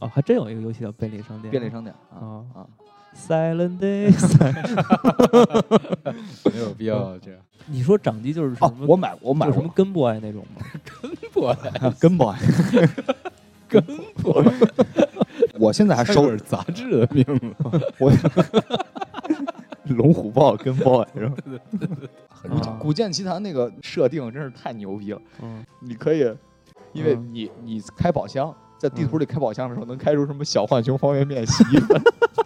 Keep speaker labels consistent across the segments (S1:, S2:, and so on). S1: 哦，还真有一个游戏叫便利商店。
S2: 便利商店啊
S1: 啊
S2: 啊，
S1: ，Silent Days。
S3: 没有必要这样。
S1: 你说掌机就是什
S2: 哦，
S1: 么？
S2: 我买我买
S1: 有什
S2: 过
S1: 么根 boy 那种吗？
S3: 我
S2: 啊 根本根本，我现在还收
S3: 是杂志的名字，
S2: 我龙虎豹跟 boy 是吧？
S3: 很
S1: 啊
S2: 古剑奇谭那个设定真是太牛逼了，
S1: 嗯，
S2: 你可以，因为
S1: 嗯
S2: 你你开宝箱，在地图里开宝箱的时候，能开出什么小浣熊方便面、洗衣粉，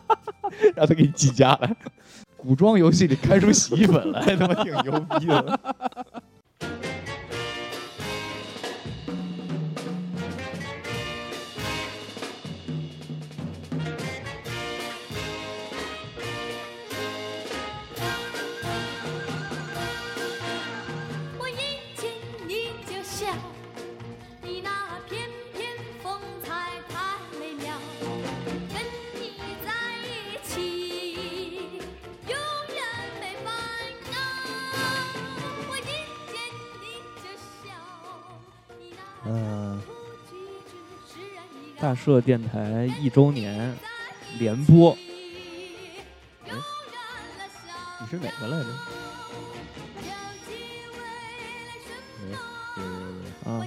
S2: 让他给你寄家来。古装游戏里开出洗衣粉来，他妈挺牛逼的。
S4: 我一见你就笑，你那翩翩风采太美妙，跟你在一起永远没烦恼。我一见你就笑，你那
S1: 呃，
S4: 不举止使人依
S1: 大
S4: 然。
S1: 社电台一周年联播，你是哪个来着？啊，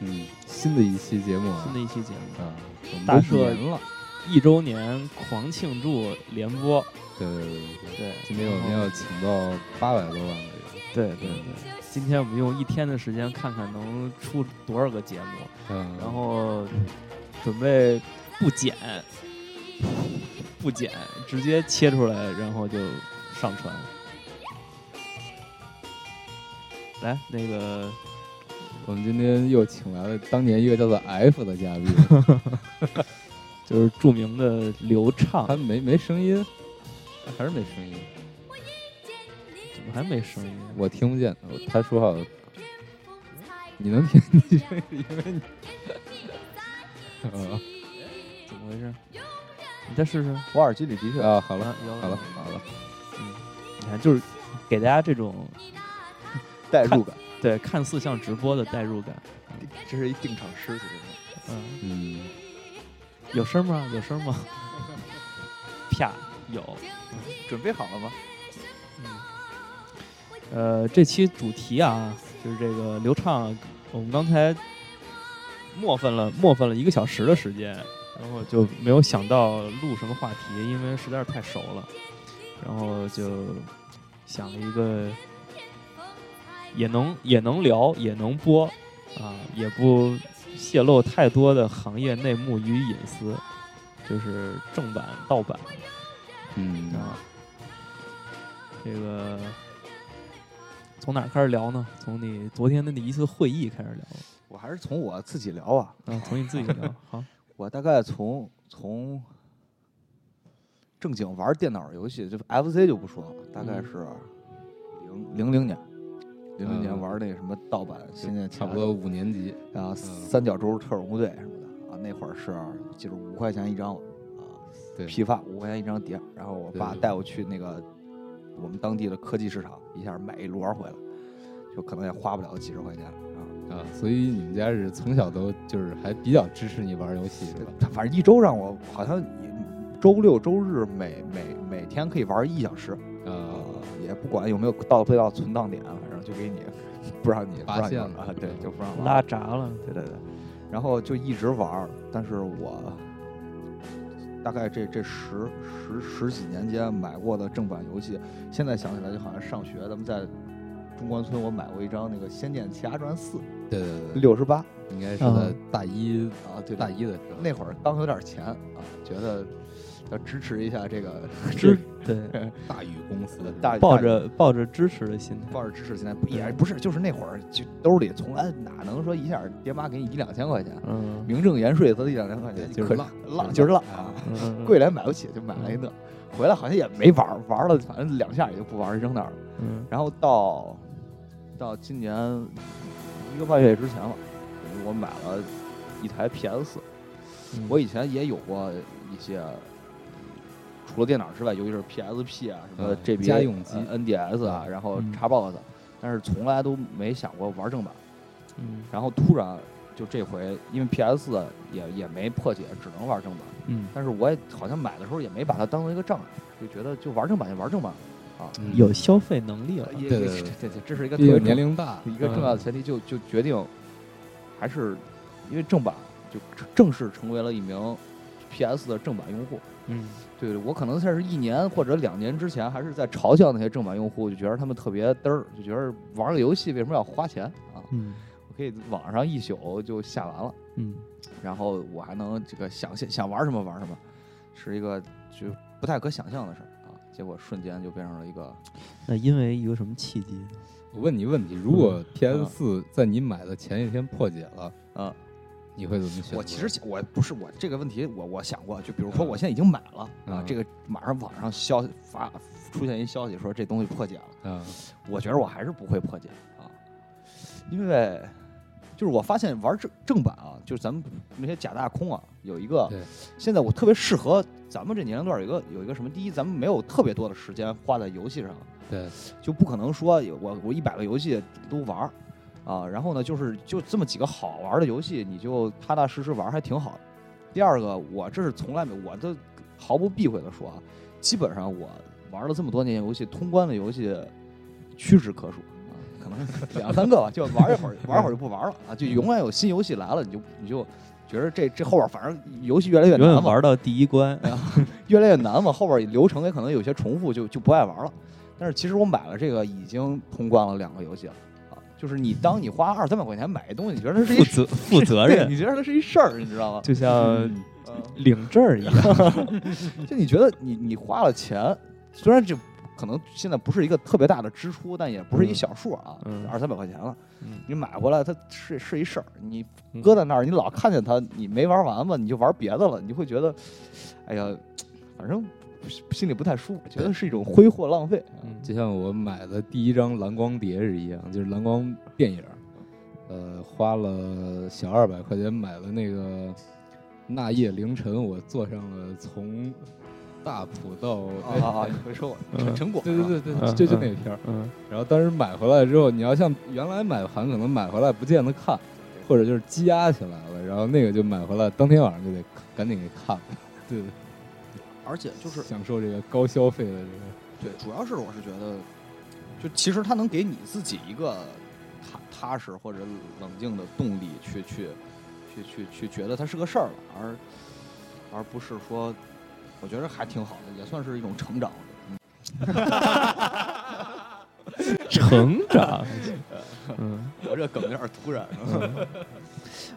S3: 嗯，新的一期节目啊
S1: 新的一期节目，
S3: 啊，我们
S1: 大
S3: 都
S1: 社
S3: 年了，
S1: 一周年狂庆祝联播，
S3: 对对对对对，
S1: 对，
S3: 今天我们要请到八百多万个人，
S1: 对对对，今天我们用一天的时间看看能出多少个节目，
S3: 嗯，
S1: 然后准备不剪，不剪，直接切出来，然后就上传。来，那个
S3: 我们今天又请来了当年一个叫做 F 的 嘉宾，
S1: 就是著名的刘畅，
S3: 他没没声音，还是没声音，
S1: 怎么还没声音？啊
S3: 我听不见，我他说话你能听，因为你，啊
S1: 怎么回事？你再试试。
S2: 我耳机里的确
S3: 啊，好
S1: 好
S3: 了，好
S1: 好
S3: 了，好了，
S1: 你看，就是给大家这种
S2: 代入感，
S1: 对看似像直播的代入感。
S2: 这是一定场诗，其实
S1: 嗯，
S3: 嗯，
S1: 有声吗？有声吗？ 啪，有。嗯
S2: 准备好了吗？
S1: 呃，这期主题啊，就是这个刘畅，我们刚才磨分了磨分了一个小时的时间，然后就没有想到录什么话题，因为实在是太熟了，然后就想了一个也能也能聊也能播啊，也不泄露太多的行业内幕与隐私，就是正版盗版
S3: 嗯，
S1: 啊，这个从哪儿开始聊呢？从你昨天的那一次会议开始聊吧
S2: 我还是从我自己聊啊，
S1: 啊，从你自己聊。好，
S2: 我大概从从正经玩电脑游戏，就 FC 就不说了，大概
S1: 嗯
S2: 是零零零年，零零年
S3: 嗯
S2: 玩那个什么盗版《仙剑奇
S3: 差
S2: 谭》
S3: 不多嗯五年级，
S2: 啊，三角洲特种部队什么的啊，那会儿是就是五块钱一张啊，
S3: 对，
S2: 批发五块钱一张碟儿，然后我
S3: 对
S2: 爸
S3: 对
S2: 带我去那个我们当地的科技市场，一下买一摞儿回来，就可能也花不了几十块钱啊。
S3: 啊，所以你们家是从小都就是还比较支持你玩游戏是吧？
S2: 他反正一周让我好像周六周日每每每天可以玩一小时，
S3: 啊
S2: 呃，也不管有没有到对到存档点，啊反正就给你 不让你
S3: 发现
S2: 不让你玩啊，对，就不让 玩
S1: 拉，闸了。
S2: 对对对，然后就一直玩儿，但是我大概这这十十十几年间买过的正版游戏，现在想起来就好像上学咱们在。中关村，我买过一张那个《仙剑奇侠传四》，
S3: 对对对，
S2: 六十八
S3: 应该是
S1: 啊
S3: 在大一
S2: 啊，对，
S3: 大一的时候，
S2: 那会儿刚有点钱啊，觉得要支持一下这 个
S1: 支对，
S3: 大宇公司是吧
S2: 大
S1: 抱着抱着支持的心态。
S2: 抱着支持，现在不也不是，就是那会儿就兜里从来哪能说一下爹妈给你一两千块钱，
S1: 嗯
S2: 名正言顺的一两千块
S3: 对
S2: 钱，
S3: 就是
S2: 可
S3: 浪
S2: 浪就是浪啊，
S1: 嗯嗯
S2: 贵来买不起就买
S3: 嗯
S2: 了一个，回来好像也没玩儿，玩了反正两下也就不玩儿，扔那儿了。
S1: 嗯
S2: 然后到到今年一个半月之前吧，我买了一台 PS 四，
S1: 嗯
S2: 我以前也有过一些，除了电脑之外，尤其是 PSP 啊，什么
S3: 嗯
S2: GB、
S3: 家用机
S2: 呃 NDS 啊，
S3: 嗯
S2: 然后
S1: 嗯
S2: Xbox，、但是从来都没想过玩正版。
S1: 嗯
S2: 然后突然就这回因为 PS 4也也没破解，只能玩正版。
S1: 嗯，
S2: 但是我也好像买的时候也没把它当做一个障碍，就觉得就玩正版就玩正版啊。
S3: 嗯
S1: 有消费能力了。
S2: 也
S3: 对
S2: 也
S3: 对
S2: 这 这
S3: 对
S2: 这这是一个
S3: 毕
S2: 特别
S3: 竟
S2: 重
S3: 年龄大，
S2: 一个
S1: 嗯
S2: 重要的前提就就决定，还是因为正版就正式成为了一名 PS 的正版用户。
S1: 嗯，
S2: 对对，我可能在是一年或者两年之前，还是在嘲笑那些正版用户，就觉得他们特别嘚儿，就觉得玩个游戏为什么要花钱啊？
S1: 嗯
S2: 我可以网上一宿就下完了，
S1: 嗯，
S2: 然后我还能这个想想想玩什么玩什么，是一个就不太可想象的事儿啊。结果瞬间就变成了一个
S1: 那因为一个什么契机呢？
S3: 我问你问题，如果 PS 四在你买的前一天破解了，
S2: 啊，
S3: 你会怎么选择？
S2: 我其实想我不是我这个问题我，我想过，就比如说
S3: 嗯
S2: 我现在已经买了、啊
S3: 嗯，
S2: 这个马上网上消息发出现一消息说这东西破解了，
S3: 啊，
S2: 我觉得我还是不会破解啊，因为就是我发现玩正正版啊，就是咱们那些假大空啊，有一个
S3: 对
S2: 现在我特别适合咱们这年龄段有一个有一个什么，第一咱们没有特别多的时间花在游戏上，
S3: 对，
S2: 就不可能说有我我一百个游戏都玩儿啊，然后呢，就是就这么几个好玩儿的游戏，你就踏踏实实玩儿还挺好的。第二个，我这是从来没，我都毫不避讳的说啊，基本上我玩了这么多年游戏，通关的游戏屈指可数啊，可能两三个吧，就玩一会儿，玩一会儿就不玩了啊，就永远有新游戏来了，你就你就觉得这这后边儿反正游戏越来越
S1: 永远
S2: 难玩
S1: 玩到第一 关。
S2: 越来越难嘛，后边流程也可能有些重复，就就不爱玩了。但是其实我买了这个已经通关了两个游戏了啊，就是你当你花二三百块钱买一东西，你觉得它是
S1: 负
S2: 一
S1: 责负 责
S2: 对，
S1: 任，
S2: 你觉得它是一事儿，你知道 吗？
S1: 就像
S3: 嗯
S1: 领证儿一 样。
S2: 就你觉得你你花了钱，虽然这可能现在不是一个特别大的支出，但也不是一小数啊
S1: 嗯，
S2: 二三百块钱了
S1: 嗯，
S2: 你买回来它是是一事儿，你
S5: 嗯
S2: 搁在那儿，你老看见它，你没玩完嘛，你就玩别的了，你就会觉得，哎呀，反正心里不太舒服，觉得是一种挥霍浪费。
S1: 嗯
S3: 就像我买的第一张蓝光碟是一样，就是蓝光电影儿，呃，花了小二百块钱买了那个《那夜凌晨》，我坐上了从大浦到
S2: 啊啊啊！你会说我
S1: 嗯
S2: 陈陈果
S3: 对对对对，
S1: 嗯
S3: 就就那片儿。
S1: 嗯
S3: 然后当时买回来之后，你要像原来买盘，可能买回来不见得看，或者就是积压起来了。然后那个就买回来，当天晚上就得赶紧给看了。对，
S2: 而且就是
S3: 享受这个高消费的这
S2: 对，主要是我是觉得，就其实它能给你自己一个踏踏实或者冷静的动力去去去去去觉得它是个事儿了，而而不是说，我觉得还挺好的，也算是一种成长。
S1: 成长。嗯，
S2: 我这梗有点突然，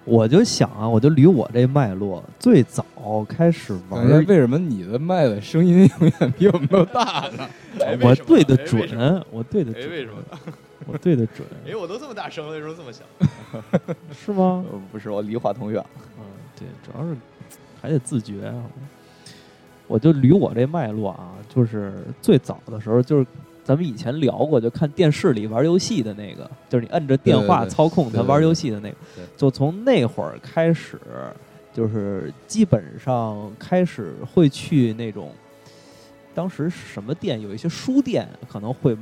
S1: 我就想啊，我就捋我这脉络，最早开始
S3: 个。
S1: 玩
S3: 感觉哎为什么你的麦的声音永远比我们都大呢？
S5: 哎
S1: 我
S5: 为什么
S1: 对的
S5: 哎为什么
S1: 准，我对的
S5: 哎，
S1: 准，
S5: 为什么？
S1: 我对的准，
S5: 哎，我都这么大声了，为什么这么响？
S1: 是吗？
S2: 呃不是我离话筒远了。
S1: 嗯，对，主要是还得自觉啊。我就捋我这脉络啊，就是最早的时候，就是咱们以前聊过，就看电视里玩游戏的那个，就是你摁着电话
S3: 对对对
S1: 操控它
S3: 对对
S1: 玩
S3: 对
S1: 游戏的那个
S3: 对，
S1: 就从那会儿开始，就是基本上开始会去那种，当时什么店有一些书店可能会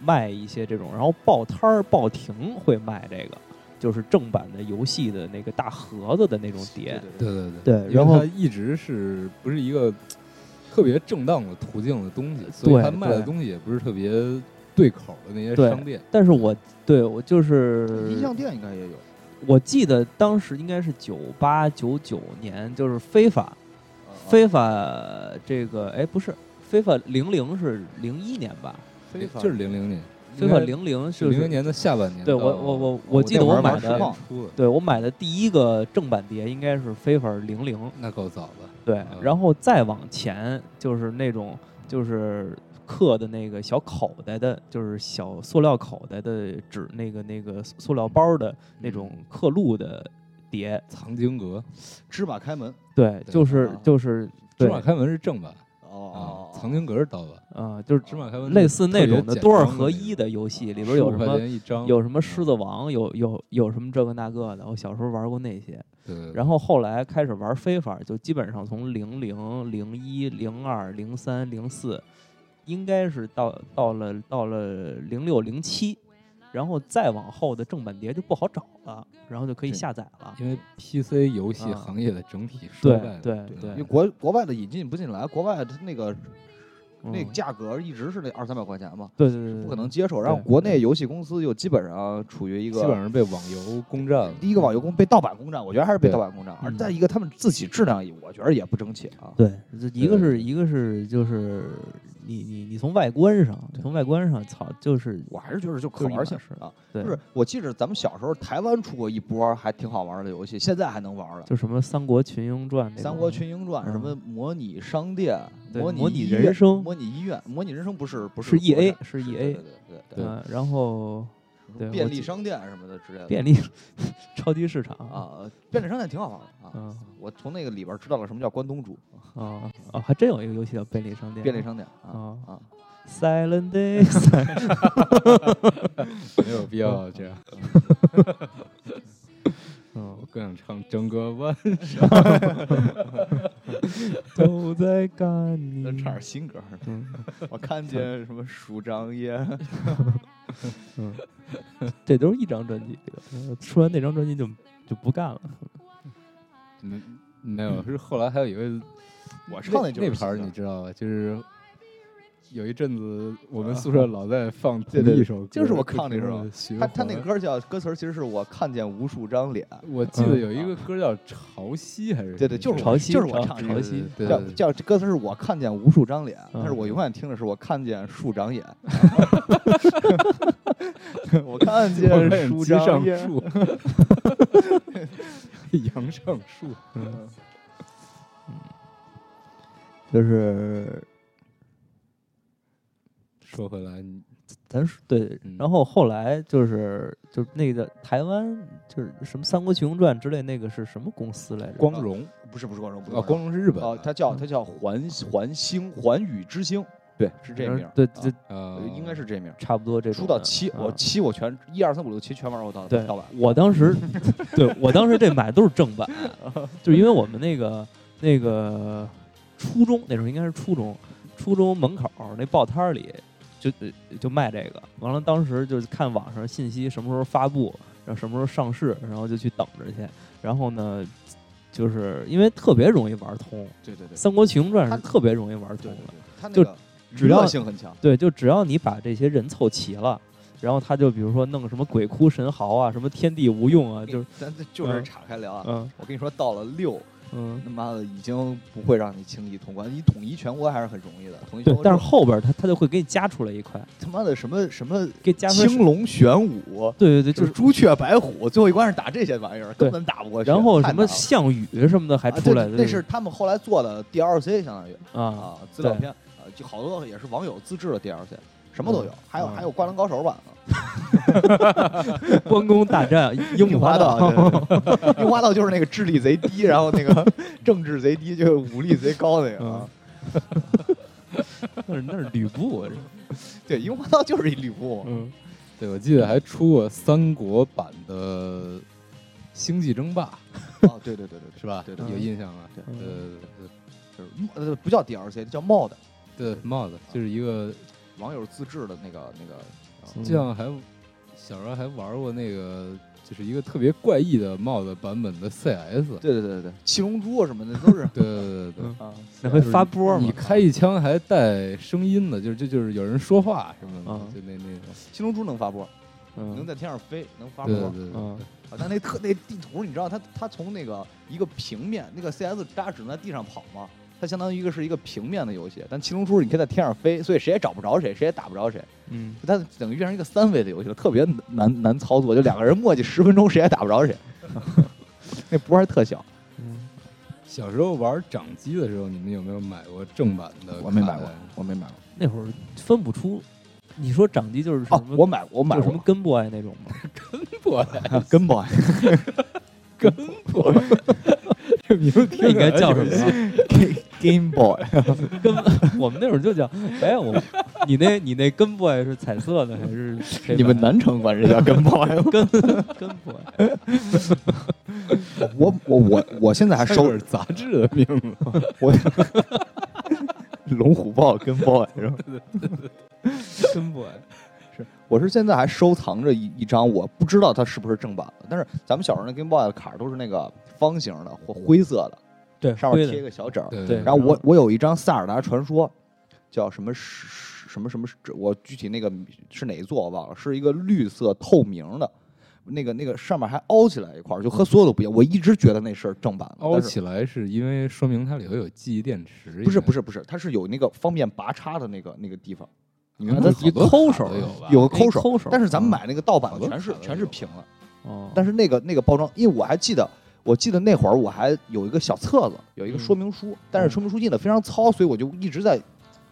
S1: 卖一些这种，然后报摊儿、报亭会卖这个，就是正版的游戏的那个大盒子的那种碟。
S3: 对对
S1: 对
S3: 因为
S1: 然后
S3: 它一直是不是一个特别正当的途径的东西，
S1: 对
S3: 所以它卖的
S1: 对
S3: 东西也不是特别对口的那些
S1: 对
S3: 商店。
S1: 但是我对我就是
S2: 呃音像店应该也有，
S1: 我记得当时应该是九八九九年，就是非法
S2: 啊呃
S1: 非法这个哎不是非法零零是零一年吧？
S2: 非法
S3: 哎就是零零年，
S1: 非法零零
S3: 是
S1: 是
S3: 零零年的下半年到。
S1: 对我我我我记
S2: 那
S1: 得
S2: 会
S1: 我
S2: 儿
S1: 买
S2: 玩实
S1: 的
S2: 况
S3: 出的
S1: 对我买的第一个正版碟应该是非法零零
S3: 那够早的，
S1: 对，然后再往前就是那种就是。刻的那个小口袋的，就是小塑料口袋的纸，那个那个塑料包的那种
S3: 嗯
S1: 刻录的碟，
S3: 藏经阁
S2: 芝麻开门
S1: 对，
S3: 对
S1: 就是
S2: 啊
S1: 就是
S3: 《芝
S1: 对
S3: 麻开门》是正版
S2: 哦
S3: 啊，，藏经阁是盗版。
S1: 啊，就是
S3: 芝麻开门
S1: 类似那种的
S3: 特别简单的
S1: 多少合一的游戏，里边有
S3: 15
S1: 什
S3: 块
S1: 么
S3: 钱一张，嗯
S1: 有什么狮子王，有有有什么这个那个的，我小时候玩过那些。
S3: 对对对
S1: 然后后来开始玩非法，就基本上从零零零一零二零三零四，应该是到到了到了零六零七然后再往后的正版碟就不好找了，然后就可以
S2: 对
S1: 下载了。
S3: 因为 PC 游戏
S1: 啊
S3: 行业的整体衰
S1: 对
S3: 败了，
S1: 对
S2: 因为国国外的引进不进来，国外的那个
S1: 嗯
S2: 那个价格一直是那二三百块钱嘛，
S1: 对对对，对
S2: 不可能接受。然后国内游戏公司又基本上处于一
S3: 基本
S2: 个
S3: 上被网游攻占了。
S2: 第一个网游公被盗版攻占，我觉得还是被
S3: 对
S2: 盗版攻占，而
S1: 嗯
S2: 再一个他们自己质量也，我觉得也不争气啊。
S1: 对，这一个
S3: 对
S1: 是一个是就是你你你从外观上，
S3: 对
S1: 从外观上，操，就是
S2: 我还是觉得就可玩性
S1: 就是一码事
S2: 啊，
S1: 对，
S2: 就是我记着咱们小时候台湾出过一波还挺好玩的游戏，现在还能玩了。
S1: 就什么《三国群英传》那
S2: 《三
S1: 种
S2: 国群英传》什
S1: 嗯
S2: 么模拟商店、
S1: 对
S2: 模拟
S1: 模拟
S2: 医
S1: 人
S2: 院
S1: 生
S2: 模拟医院、模拟人生不是不
S1: 是 E
S2: 国
S1: A
S2: 产
S1: 是 E
S2: 对对
S1: A，
S2: 对对对
S1: 嗯，然后
S2: 对，
S1: 对
S2: 便
S1: 我
S2: 利
S1: 记
S2: 商店什么的之类的
S1: 便利超级市场
S2: 啊，呃便利商店挺好玩的啊
S1: 嗯。
S2: 我从那个里边知道了什么叫关东煮、
S1: 啊啊，还真有一个游戏叫便利商店，
S2: 哦便利商店啊
S1: 啊
S2: 啊，
S1: Silent Days，
S3: 没有必要这样。
S1: 嗯
S2: 嗯
S3: 我，更想唱《整个 弯》，
S1: 都在干你
S2: 那，唱点新歌儿。
S1: 嗯
S2: 我看见什么鼠张耶，
S1: 嗯，这都是一张专辑里的，
S2: 嗯
S1: 呃出完那张专辑就就不干了，
S3: 没没有，是后来还有一个
S2: 我唱
S3: 那
S2: 的就是啊
S3: 那盘儿
S2: 新
S3: 你
S2: 歌
S3: 知道吧？就是有一阵子我们宿舍老在放同
S2: 对
S3: 一首歌，
S2: 就是我唱那首
S3: 不停地循
S2: 他
S3: 环
S2: 他那歌儿叫歌词，其实是我看见无数张脸，
S3: 我记得
S1: 嗯
S3: 有一个歌叫《潮汐》还是
S2: 对对就是我
S1: 潮汐
S2: 就是我
S1: 潮
S2: 唱
S1: 潮
S2: 的这
S1: 汐，
S3: 对
S2: 叫
S3: 对
S2: 叫这歌词是我看见无数张脸，但是
S1: 嗯
S2: 我永远听的是我看见树长眼，我看
S3: 我
S2: 见
S3: 看
S2: 树
S3: 鸡上
S2: 长眼，
S3: 树， 杨上树，
S1: 嗯，
S2: 就是
S3: 说回来，你
S1: 咱说对
S3: 嗯，
S1: 然后后来就是就是那个台湾就是什么《三国群英传》之类那个是什么公司来着？
S3: 光荣
S2: 不是不是光荣，不是
S3: 啊，光荣是日本
S2: 哦
S3: 的，
S2: 它叫它叫环环星环宇之星，对，是这名儿，
S1: 对，
S2: 啊
S1: 就
S3: 呃，
S2: 应该是这名儿。
S1: 差不多这种
S2: 出到
S1: 的
S2: 七，我
S1: 啊
S2: 七我全一二三五六七全玩过盗
S1: 对
S2: 盗版，，
S1: 我当时， 对我当时这买都是正 版，就是因为我们那个那个初中那时候应该是初中，初中门口儿那报摊儿里就就卖这个，完了当时就是看网上信息什么时候发布，然后什么时候上市，然后就去等着去，然后呢，就是因为特别容易玩通，《
S2: 对对对，
S1: 三国群英传》
S2: 它
S1: 是特别容易玩
S2: 对
S1: 通
S2: 对
S1: 的，
S2: 对，它那
S1: 就
S2: 个
S1: 只
S2: 娱乐
S1: 要
S2: 性很强，
S1: 对，就只要你把这些人凑齐了。然后他就比如说弄什么鬼哭神嚎啊，什么天地无用啊，就是
S2: 咱这就是
S1: 嗯
S2: 岔开聊啊。
S1: 嗯
S2: 我跟你说，到了六，
S1: 嗯，
S2: 他妈的已经不会让你轻易通关，你统一全国还是很容易的。统一全
S1: 对，
S2: 国之
S1: 但
S2: 后，
S1: 是后边儿它它就会给你加出来一块，
S2: 他妈的什么什么
S1: 给加分是。
S2: 青龙玄武，
S1: 对对对，
S2: 就
S1: 就是是。
S2: 朱雀白虎，最后一关是打这些玩意儿，根
S1: 对
S2: 本打不过去。
S1: 然后
S2: 太
S1: 什么
S2: 难了
S1: 项羽什么的还
S2: 啊
S1: 出来
S2: 对
S1: 的，
S2: 那是他们后来做的 DLC，相当于
S1: 啊，
S2: 啊资料
S1: 对
S2: 片，啊就好多也是网友自制的 DLC，什么都有
S1: 嗯，
S2: 还有
S1: 嗯
S2: 还有《灌篮高手》版的，
S1: 关公大 战樱
S2: 樱
S1: 花
S2: 花
S1: 道，
S2: 道，对对对樱花道就是那个智力贼低，然后那个政治贼低，就是武力贼高那个
S1: 嗯
S2: 啊。
S1: 那是那是吕布，啊这是
S2: 对，樱花道就是一吕布嘛，
S1: 嗯
S3: 对，我记得还出过三国版的《星际争霸
S2: 啊，对对对对》，对，
S3: 是吧？
S2: 对对
S3: 有
S2: 对
S3: 印象吧？
S2: 对
S3: 呃
S1: 嗯，
S2: 就是呃不叫 DLC，叫 MOD，
S3: 对，帽子就是一个，
S2: 网友自制的那个那个。
S1: 嗯
S3: 这样还小时候还玩过那个，就是一个特别怪异的帽子版本的 CS。
S2: 对对对对对，七龙珠啊什么的都是
S3: 对对对对，
S2: 啊，
S1: 那会发波
S3: 对，你
S1: 嘛？
S3: 开一枪还带声音的，就是就就是有人说话什么
S1: 嗯
S3: 的，就那那种。
S2: 七龙珠能发波，能
S1: 嗯
S2: 在天上飞，能发
S3: 对
S2: 波
S3: 对。对对，
S1: 嗯
S2: 啊，但那特那地图你知道它，它从那个一个平面，那个 CS 渣只能在地上跑嘛，它相当于一个是一个平面的游戏。但七龙珠你可以在天上飞，所以谁也找不着谁，谁也打不着谁，
S1: 嗯，
S2: 它等于变成一个三维的游戏了，特别难难操作，就两个人磨叽十分钟，谁也打不着谁。 那波还特小，
S1: 嗯
S3: 小时候玩掌机的时候，你们有没有买过正版的？
S2: 我没买 过，我没买过。
S1: 那会儿分不出，你说掌机就是什
S2: 哦，
S1: 么？
S2: 我买过，我买
S1: 就是什么
S2: 过
S1: 根 boy 那种 吗？
S3: 过
S2: 根本
S3: 过，这名字
S1: 那
S3: 听
S1: 应该
S3: 着
S1: 叫
S3: 就
S1: 什
S3: 是
S1: 么呀？
S2: Game Boy，
S1: 根 我们那会儿就叫，哎，我你那你那根 boy 是彩色的还是黑白的？
S2: 你们南城管这叫 根 Boy 吗？
S1: 根根 boy
S2: 我我我我现在还
S3: 收
S2: 收
S3: 是杂 志的名字。
S2: 我龙虎豹跟 boy 是吧？
S1: 根 boy，
S2: 是我是现在还收藏着一一张，我不知道它是不是正版的，但是咱们小时候那 Game Boy 的卡儿都是那个方形的或灰色的，
S1: 对，
S2: 上
S1: 灰
S2: 面
S1: 的
S2: 贴一个小纸儿。
S3: 对
S1: 对
S2: 然后
S1: 然
S2: 我
S1: 后
S2: 我有一张《塞尔达传说》，叫什么什什么什么，我具体那个是哪一座我忘了，是一个绿色透明的，那个那个上面还凹起来一块儿，就和所有的不一样。我一直觉得那是正版的，
S3: 凹
S2: 但是
S3: 起来是因为说明它里头有记忆电池，
S2: 不是
S3: 应该
S2: 不是不是，它是有那个方便拔插的那个那个地
S1: 嗯
S2: 方，
S3: 你
S2: 看
S3: 看
S2: 啊它
S3: 它
S2: 一
S1: 抠手
S3: 有吧？
S2: 有个
S1: 可以
S2: 抠手，
S1: 抠手啊
S2: 但是咱们买那个盗版
S3: 好
S2: 的
S3: 多
S2: 全是
S3: 卡都
S2: 全是
S3: 有
S2: 平的，
S1: 哦，
S2: 但是那个那个包装，因为我还记得。我记得那会儿我还有一个小册子，有
S1: 嗯
S2: 一个说明书，但是说明书印的非常糙，所以我就一直在，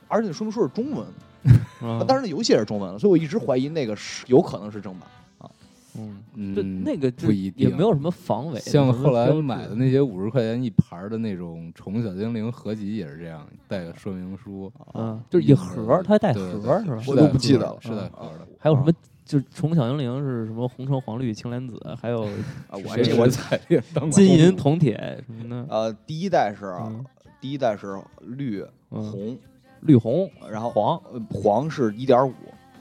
S2: 而且说明书是中文，
S1: 嗯
S2: 当然那游戏也是中文的，所以我一直怀疑那个是有可能是正版。
S1: 嗯，对，
S3: 嗯，
S1: 那个就
S3: 不一定
S1: 也没有什么防伪，
S3: 像
S1: 没什么
S3: 后来
S1: 标志
S3: 买的那些五十块钱一盘儿的那种宠物小精灵合集也是这样，带个说明书，
S1: 嗯，就是一盒儿，它还带
S3: 对
S1: 盒
S3: 对
S1: 儿是吧？
S3: 是
S2: 我
S3: 带
S2: 都不
S3: 盒
S2: 记
S3: 儿
S2: 得
S3: 的
S2: 了
S3: 是带
S2: 啊
S3: 盒儿的。
S1: 还有什么？就是《宠物小精灵》是什么红橙黄绿青蓝紫，还有
S2: 啊，我
S1: 谁
S2: 这
S1: 是
S2: 我
S3: 彩电当
S1: 金银铜铁什么的。
S2: 呃，第一代是
S1: 嗯
S2: 第一代是绿
S1: 嗯，
S2: 红，
S1: 绿红
S2: 然后
S1: 黄，
S2: 呃黄是一点五，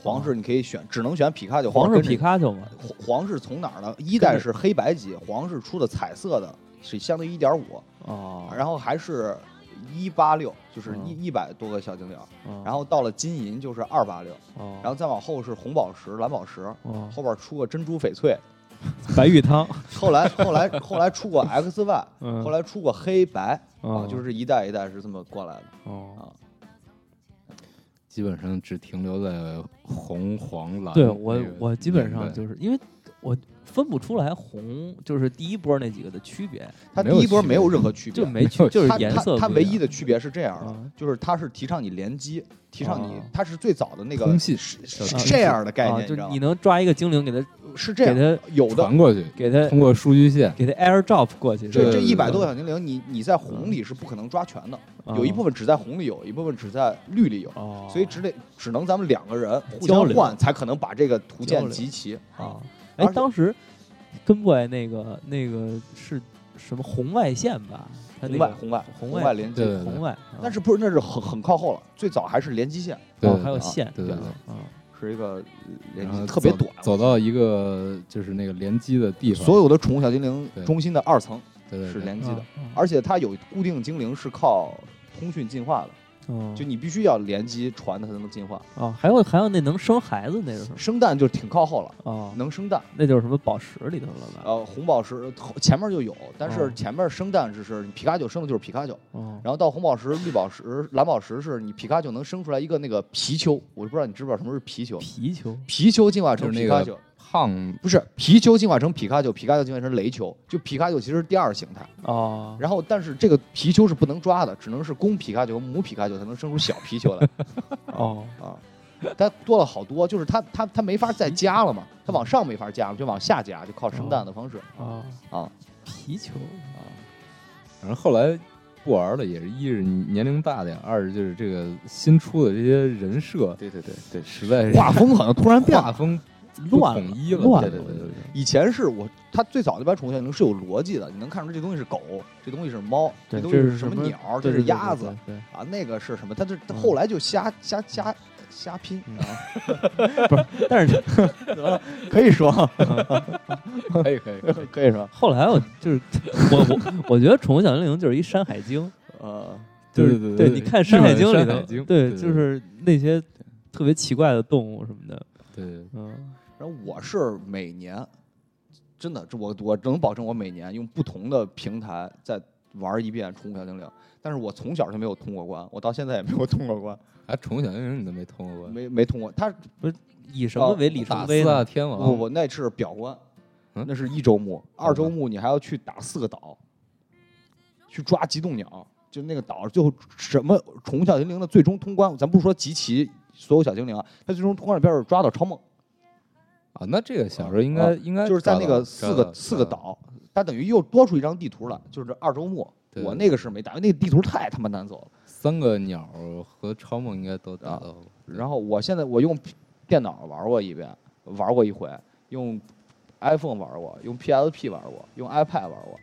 S2: 黄是你可以选，只能选皮卡丘，
S1: 黄是
S2: 跟着
S1: 皮，卡丘嘛？
S2: 黄黄是从哪儿呢？一代是黑白级，黄是出的彩色的，是相当于一点五，
S1: 哦，
S2: 然后还是一八六，就是
S1: 嗯
S2: 一一百多个小精灵，
S1: 哦
S2: 然后到了金银就是二八六，
S1: 哦
S2: 然后再往后是红宝石、蓝宝石，
S1: 哦，
S2: 后边出个珍珠翡翠，
S1: 白玉汤，
S2: 后来后来后来出过 X Y，
S1: 嗯，
S2: 后来出过黑白啊
S1: 哦，
S2: 就是一代一代是这么过来的。
S1: 哦，
S3: 基本上只停留在红、黄、
S2: 哦
S3: 蓝。
S1: 对我
S3: 那个
S1: 我基本
S3: 年
S1: 上
S3: 代
S1: 就是因为我分不出来红就是第一波那几个的区别，
S2: 它
S3: 没
S2: 第
S3: 有
S2: 一波
S3: 区
S2: 没
S3: 别
S2: 有任何区别，
S1: 就没区 就是
S2: 它
S1: 颜
S2: 它
S1: 色
S2: 它
S1: 不
S2: 唯
S1: 样
S2: 一的区别是这样的，
S1: 嗯
S2: 就是它是提倡你联机，提倡你
S1: 哦
S2: 它是最早的那个
S3: 通
S2: 是
S3: 信
S2: 是
S1: 通
S2: 这样的概
S1: 啊，
S2: 念，
S1: 就
S2: 知道
S1: 你
S2: 吗？
S1: 能抓一个精灵给它
S2: 是这
S1: 给
S2: 样，
S1: 它
S2: 有的
S3: 传过去，
S1: 给它
S3: 通过数据线，
S1: 给它 airdrop 过去，
S2: 这
S3: 对
S2: 这
S3: 对
S2: 一百
S3: 对
S2: 多个小精灵，你你在红
S1: 嗯
S2: 里是不可能抓全的，
S1: 啊
S2: 有一部分只在红里有，一部分只在绿里有。
S1: 哦，
S2: 所以只得只能咱们两个人互
S1: 交
S2: 相
S1: 流
S2: 换，才可能把这个图
S1: 交
S2: 鉴
S1: 流
S2: 集齐
S1: 啊，
S2: 而
S1: 哎，
S2: 且
S1: 当时跟过来那个那个是什么红外线吧？它那
S2: 红外
S1: 个
S2: 红外
S1: 红
S2: 外
S1: 外
S2: 联机
S3: 对，对对
S1: 红外，啊
S2: 但是不是那是很很靠后了，最早还是联机线，
S3: 对
S1: 哦
S3: 对
S1: 还有
S3: 对
S1: 线，
S3: 对对对
S1: 啊，
S2: 是一个联
S3: 然
S2: 机
S3: 后
S2: 特别
S3: 走
S2: 短，
S3: 走到一个就是那个联机的地方，
S2: 所有的宠物小精灵
S3: 对
S2: 中心的二层
S3: 对对
S2: 是
S3: 对
S2: 联机的，
S1: 的，
S2: 而且它有固定精灵是靠通讯进化的，
S1: 哦
S2: 就你必须要联机传它才能进化。
S1: 哦，还有还有那能生孩子那哦是什么？
S2: 生蛋就挺靠后了，
S1: 哦，
S2: 能生蛋，
S1: 那就是什么宝石里头了吧？
S2: 呃，红宝石后前面就有，但是
S1: 哦
S2: 前面生蛋只是皮卡丘生的就是皮卡丘，
S1: 哦，
S2: 然后到红宝石、绿宝石、蓝宝石是你皮卡丘能生出来一个那个皮丘，我就不知道你知不知道什么是皮丘，
S1: 皮球
S2: 皮丘进化成
S3: 就是那
S2: 皮卡
S3: 个
S2: 丘。
S3: 胖
S2: 不是皮丘进化成皮卡丘，皮卡丘进化成雷丘，就皮卡丘其实是第二形态。
S1: 哦，
S2: 然后，但是这个皮丘是不能抓的，只能是公皮卡丘、母皮卡丘才能生出小皮丘来
S1: 哦，
S2: 啊。它多了好多，就是它它它没法再加了嘛，它往上没法加，就往下加，就靠生蛋的方式。
S1: 哦，
S2: 啊，
S1: 皮球，
S3: 反正后来不玩了，也是一是年龄大点，二是就是这个新出的这些人设
S2: 对对对对，
S3: 实在是
S2: 画风好像突然变
S3: 画
S2: 了。
S3: 风不
S1: 乱
S3: 统一了，
S1: 乱
S3: 对
S1: 了，
S3: 对对对
S1: 我觉
S3: 对
S1: 得。
S2: 以前是我，它最早那版宠物小精灵是有逻辑的，你能看出这东西是狗，这东西是猫，
S1: 对
S2: 东西
S1: 这是
S2: 是
S1: 什
S2: 么
S1: 么
S2: 鸟，这
S1: 对
S2: 是鸭子，
S1: 对对
S2: 啊，那个是什么？它这它
S1: 嗯
S2: 后来就瞎瞎瞎瞎拼
S1: 嗯
S2: 啊，
S1: 对对但是
S2: 可以说
S3: 可以可以，
S2: 可以说，
S1: 后来我就是我我我觉得《宠物小精灵》就是一《山海经》，
S2: 呃，
S1: 就是
S3: 对
S1: 你看《山海经》
S3: 山海
S1: 里
S3: 经
S1: 头，对，
S3: 对
S1: 就是那些特别奇怪的动物什么的，
S3: 对
S1: 嗯，
S2: 然后我是每年，真的，这我我能保证我每年用不同的平台再玩一遍《宠物小精灵》，但是我从小就没有通过关，我到现在也没有通过关，
S3: 啊，宠物小精灵你都没通过关，
S2: 没没通过。它
S1: 以什么为里
S3: 打
S1: 程碑
S3: 四哦啊大
S1: 呢？
S3: 天王，
S2: 我我那是表关，
S3: 嗯
S2: 那是一周目，二周目你还要去打四个岛，去抓极冻鸟，就那个岛最后什么《宠物小精灵》的最终通关，咱不说集齐所有小精灵啊，它最终通关里边是抓到超梦。
S3: 啊，那这个小时候应该、
S2: 啊
S3: 应该
S2: 就是在
S3: 抓
S2: 那
S3: 到
S2: 个四
S3: 抓
S2: 个
S3: 到
S2: 四个
S3: 抓到
S2: 岛，它等于又多出一张地图来，就是这二周目。
S3: 对
S2: 我那个是没打，因为那个地图太他妈难走了。
S3: 三个鸟儿和超梦应该都打
S2: 啊
S3: 到过。
S2: 然后我现在我用电脑玩过一遍，玩过一回，用 iPhone 玩过，用 PSP 玩过，用 iPad 玩过，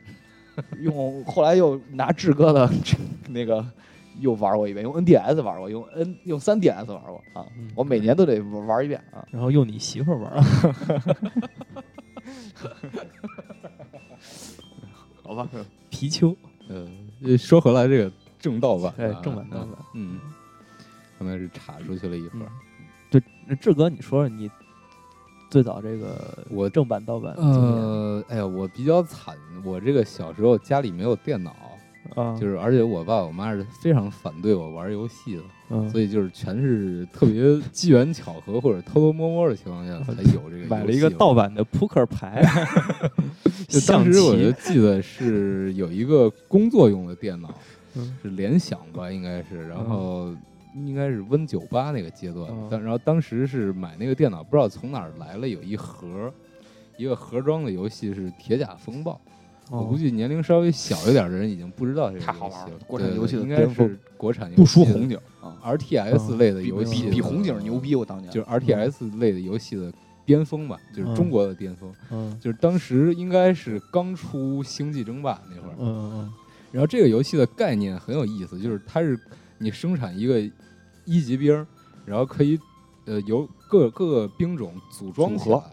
S2: 用后来又拿志哥的 那个又玩过一遍，用 NDS 玩过，用 N 用 3DS 玩过啊，
S1: 嗯
S2: 我每年都得玩玩一遍啊。
S1: 然后用你媳妇儿玩儿，
S2: 好吧，
S1: 皮丘，
S3: 呃，说回来，这个正道版，
S1: 哎，正版盗版。
S3: 嗯，刚才是查出去了一盒
S1: 嗯。对，那志哥，你说说你最早这个
S3: 我
S1: 正版盗版经历
S3: 呃，哎呀，我比较惨，我这个小时候家里没有电脑，
S1: 啊，
S3: 就是而且我爸我妈是非常反对我玩游戏的，
S1: 嗯
S3: 所以就是全是特别机缘巧合或者偷偷摸摸的情况下才有这个游戏。
S1: 嗯买了一个盗版的扑克 牌，
S3: 就
S1: 象
S3: 当时我就
S1: 棋，
S3: 记 得是有一个工作用的电脑，
S1: 嗯
S3: 是联想吧，应该
S2: 嗯
S3: 是，然后应该是 Win 九八那个阶段
S1: 嗯，
S3: 但然后当时是买那个电脑，不知道从哪儿来了有一盒，一个盒装的游戏是《铁甲风暴》，我估
S1: 计
S3: 计年龄稍微小一点的人已经不知道这个游戏
S2: 哦太好玩了国产游戏的
S3: 对对
S2: 巅
S3: 应该
S2: 峰
S3: 是国产游戏
S2: 不输红警啊，
S3: RTS 类的
S2: 比
S3: 游戏
S2: 比
S3: 的，
S2: 比红警牛逼，我当年
S3: 就是 RTS 类的游戏的巅峰吧，就是中国的巅峰。
S1: 嗯
S3: 就是当时应该是刚出《星际争霸》那会儿
S1: 嗯，嗯
S3: 然后这个游戏的概念很有意思，就是它是你生产一个一级兵儿，然后可以呃由各各个兵种组装起
S2: 组
S3: 来
S2: 合，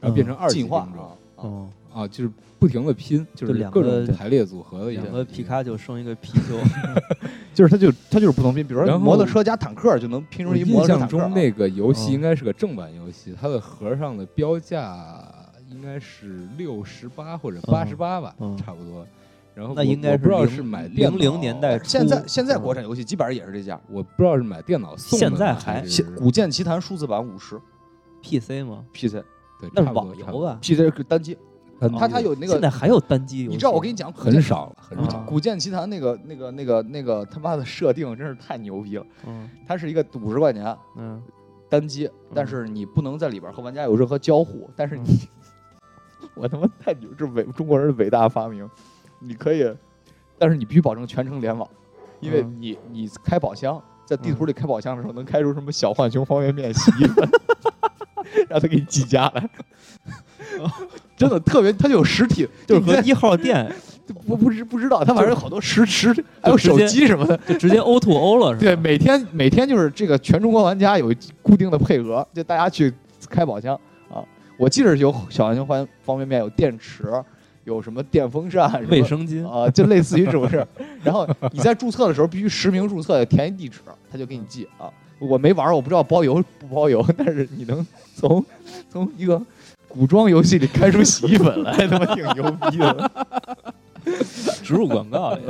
S3: 然后
S1: 嗯
S3: 变成二级
S2: 进
S3: 兵
S2: 化啊
S3: 种、
S2: 啊，
S1: 哦，
S3: 啊，就是不停的拼，就是
S1: 就两
S3: 各
S1: 个
S3: 种排列组合的一
S1: 两个
S3: 个一
S1: 皮卡丘生一个皮 丘，
S2: 就是它就它就是不同拼，比如说
S3: 然后
S2: 摩托车加坦克就能拼出
S3: 我
S2: 一摩托
S3: 印
S2: 车
S3: 象
S2: 坦克啊。
S3: 中那个游
S1: 嗯
S3: 戏应该是个正版游戏，它的盒上的标价应该是六十八或者八十八吧，
S1: 嗯
S3: 差不多。然后
S1: 那
S3: 我
S1: 应该
S3: 我
S1: 是
S3: 不知道
S1: 零
S3: 是买电
S1: 零
S3: 脑
S1: 零年代，
S2: 呃现在现在国产游戏基本上也是这价，
S3: 我不知道是买电脑送的呢，
S1: 现在还
S3: 是
S2: 现《古剑奇谭》数字版五十
S1: PC 吗？
S2: PC
S3: 对，
S1: 那
S3: 差
S1: 是
S3: 不多
S1: 网
S3: 嗯
S1: 游，啊吧？
S2: PC 是单机，
S3: 差不多
S2: 它它有那
S1: 现在
S2: 个，
S1: 还有单机游戏？
S2: 你知道我跟你讲，
S3: 很少了，很
S1: 啊
S3: 少。
S2: 《古剑奇谭》那个那个那个那个他妈的设定真是太牛逼了，
S1: 嗯
S2: 它是一个五十块钱
S1: 嗯，
S2: 单机，但是你不能在里边和玩家有任何交互，
S1: 嗯
S2: 但是你， 我他妈太牛，这伟中国人的伟大发明，你可以，但是你必须保证全程联网，因为
S1: 嗯
S2: 你你开宝箱，在地图里开宝箱的时候能开出什么小浣熊方便面、洗衣粉， 让他给你寄家 来，真的特别，它就有实体，
S1: 就
S2: 就是是
S1: 和一号 店
S2: 我不知不知道，它反正有好多实实，还有
S1: 直
S2: 手
S1: 接
S2: 机什么的，
S1: 就直接 O to O 了，是吧？
S2: 对，每天每天就是这个全中国玩家有固定的配额，就大家去开宝箱啊。我记着有小浣熊方方便面，有电池，有什么电风扇，什么
S1: 卫生巾，
S2: 啊，就类似于这种事儿。 然后你在注册的时候必须实名注册，填一地址，他就给你寄啊。我没玩儿，我不知道包邮不包邮，但是你能从 从一个古装游戏里开出洗衣粉来，他妈挺牛逼的。
S1: 植入广告也，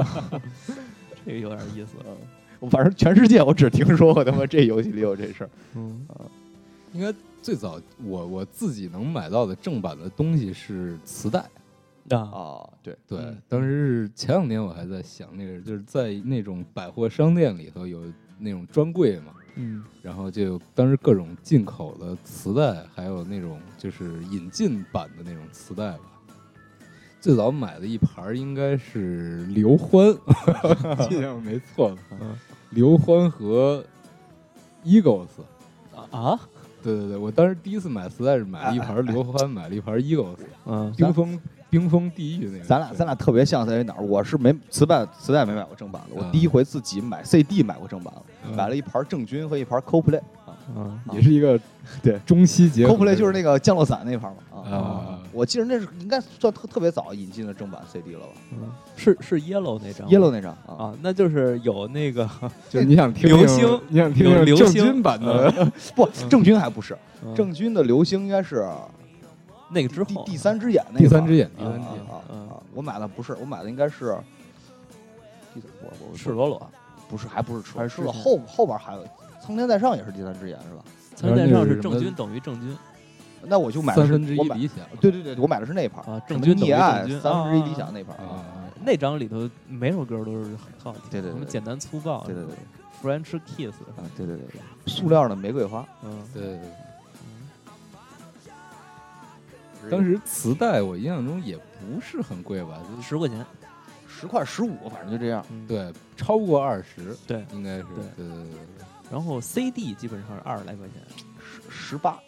S1: 这个有点意思。
S2: 嗯我反正全世界我只听说过他妈这游戏里有这事儿。
S1: 嗯
S3: 应该最早我我自己能买到的正版的东西是磁带。
S1: 啊，
S2: 啊，对，
S3: 对
S1: 嗯，
S3: 当时是前两天我还在想那个，就是在那种百货商店里头有那种专柜嘛，
S1: 嗯
S3: 然后就有当时各种进口的磁带，还有那种就是引进版的那种磁带吧。最早买的一盘儿应该是刘欢， 印象没错吧
S1: 嗯？
S3: 刘欢和 Eagles，
S1: 啊，
S3: 对对对，我当时第一次买磁带是买了一盘
S2: 哎
S3: 儿刘欢，买了一盘儿 Eagles，
S1: 嗯
S3: 冰封冰封地狱那个。
S2: 咱俩咱俩特别像在于哪儿？我是没磁带磁带没买过正版的，我
S3: 嗯
S2: 第一回自己买 CD 买过正版的，
S3: 嗯
S2: 买了一盘郑钧和一盘 CoPlay。
S1: 嗯
S3: 也是一个
S2: 对
S3: 中西结合
S2: CoPlay 就是那个降落伞那盘嘛
S3: 啊
S2: 我记得那是应该算特特别早引进的正版 CD 了吧
S1: 嗯，是是 Yellow 那张吗
S2: ？Yellow 那张啊，
S1: 啊，那就是有那个
S3: 就是你想听听
S1: 流星
S3: 你想听
S1: 有
S3: 听
S1: 流
S3: 郑
S1: 星
S3: 钧版的，
S2: 不，郑钧还不是，
S1: 嗯
S2: 郑钧的流星应该是
S1: 那个之
S2: 第
S1: 后
S2: 第三只眼那个
S3: 第
S2: 吧
S3: 三只眼，第
S1: 啊
S3: 三只
S2: 啊
S3: 眼，
S2: 啊啊
S1: 嗯
S2: 啊！我买的不是，我买的应该是第三，我我
S1: 赤裸裸，
S2: 不是还不是
S1: 还是
S2: 出，是了
S1: 之前
S2: 后后边还有《苍天在上》也是第三只眼是吧？
S1: 参赛上
S3: 那
S1: 是
S3: 是
S1: 郑
S3: 什
S1: 钧
S3: 么
S1: 等于郑钧
S2: 那我就买的
S3: 三
S2: 是
S3: 分之
S2: 我
S3: 一
S2: 买
S3: 理想，
S2: 对对对，我买的是那一盘儿
S1: 啊
S2: 什
S1: 郑
S2: 么
S1: 钧等于
S2: 溺爱
S1: 郑钧
S2: 三分之一理
S1: 啊
S2: 想那盘儿
S3: 啊
S1: 那张里头每首歌都是很好听，
S2: 对对对
S1: 什么简单啊粗暴，
S2: 对对对
S1: ，French Kiss，
S2: 对啊，对对对对，塑料的玫瑰花，
S1: 嗯，
S3: 对。
S1: 嗯
S3: 当时磁带我印象中也不是很贵吧，就是
S1: 十块钱，
S2: 十块十五，反正就这样。
S1: 嗯，
S3: 对超过二十，
S1: 对
S3: 应该是
S1: 对
S3: 对对对对。
S1: 然后 CD 基本上是二十来块钱，
S2: 十十八，啊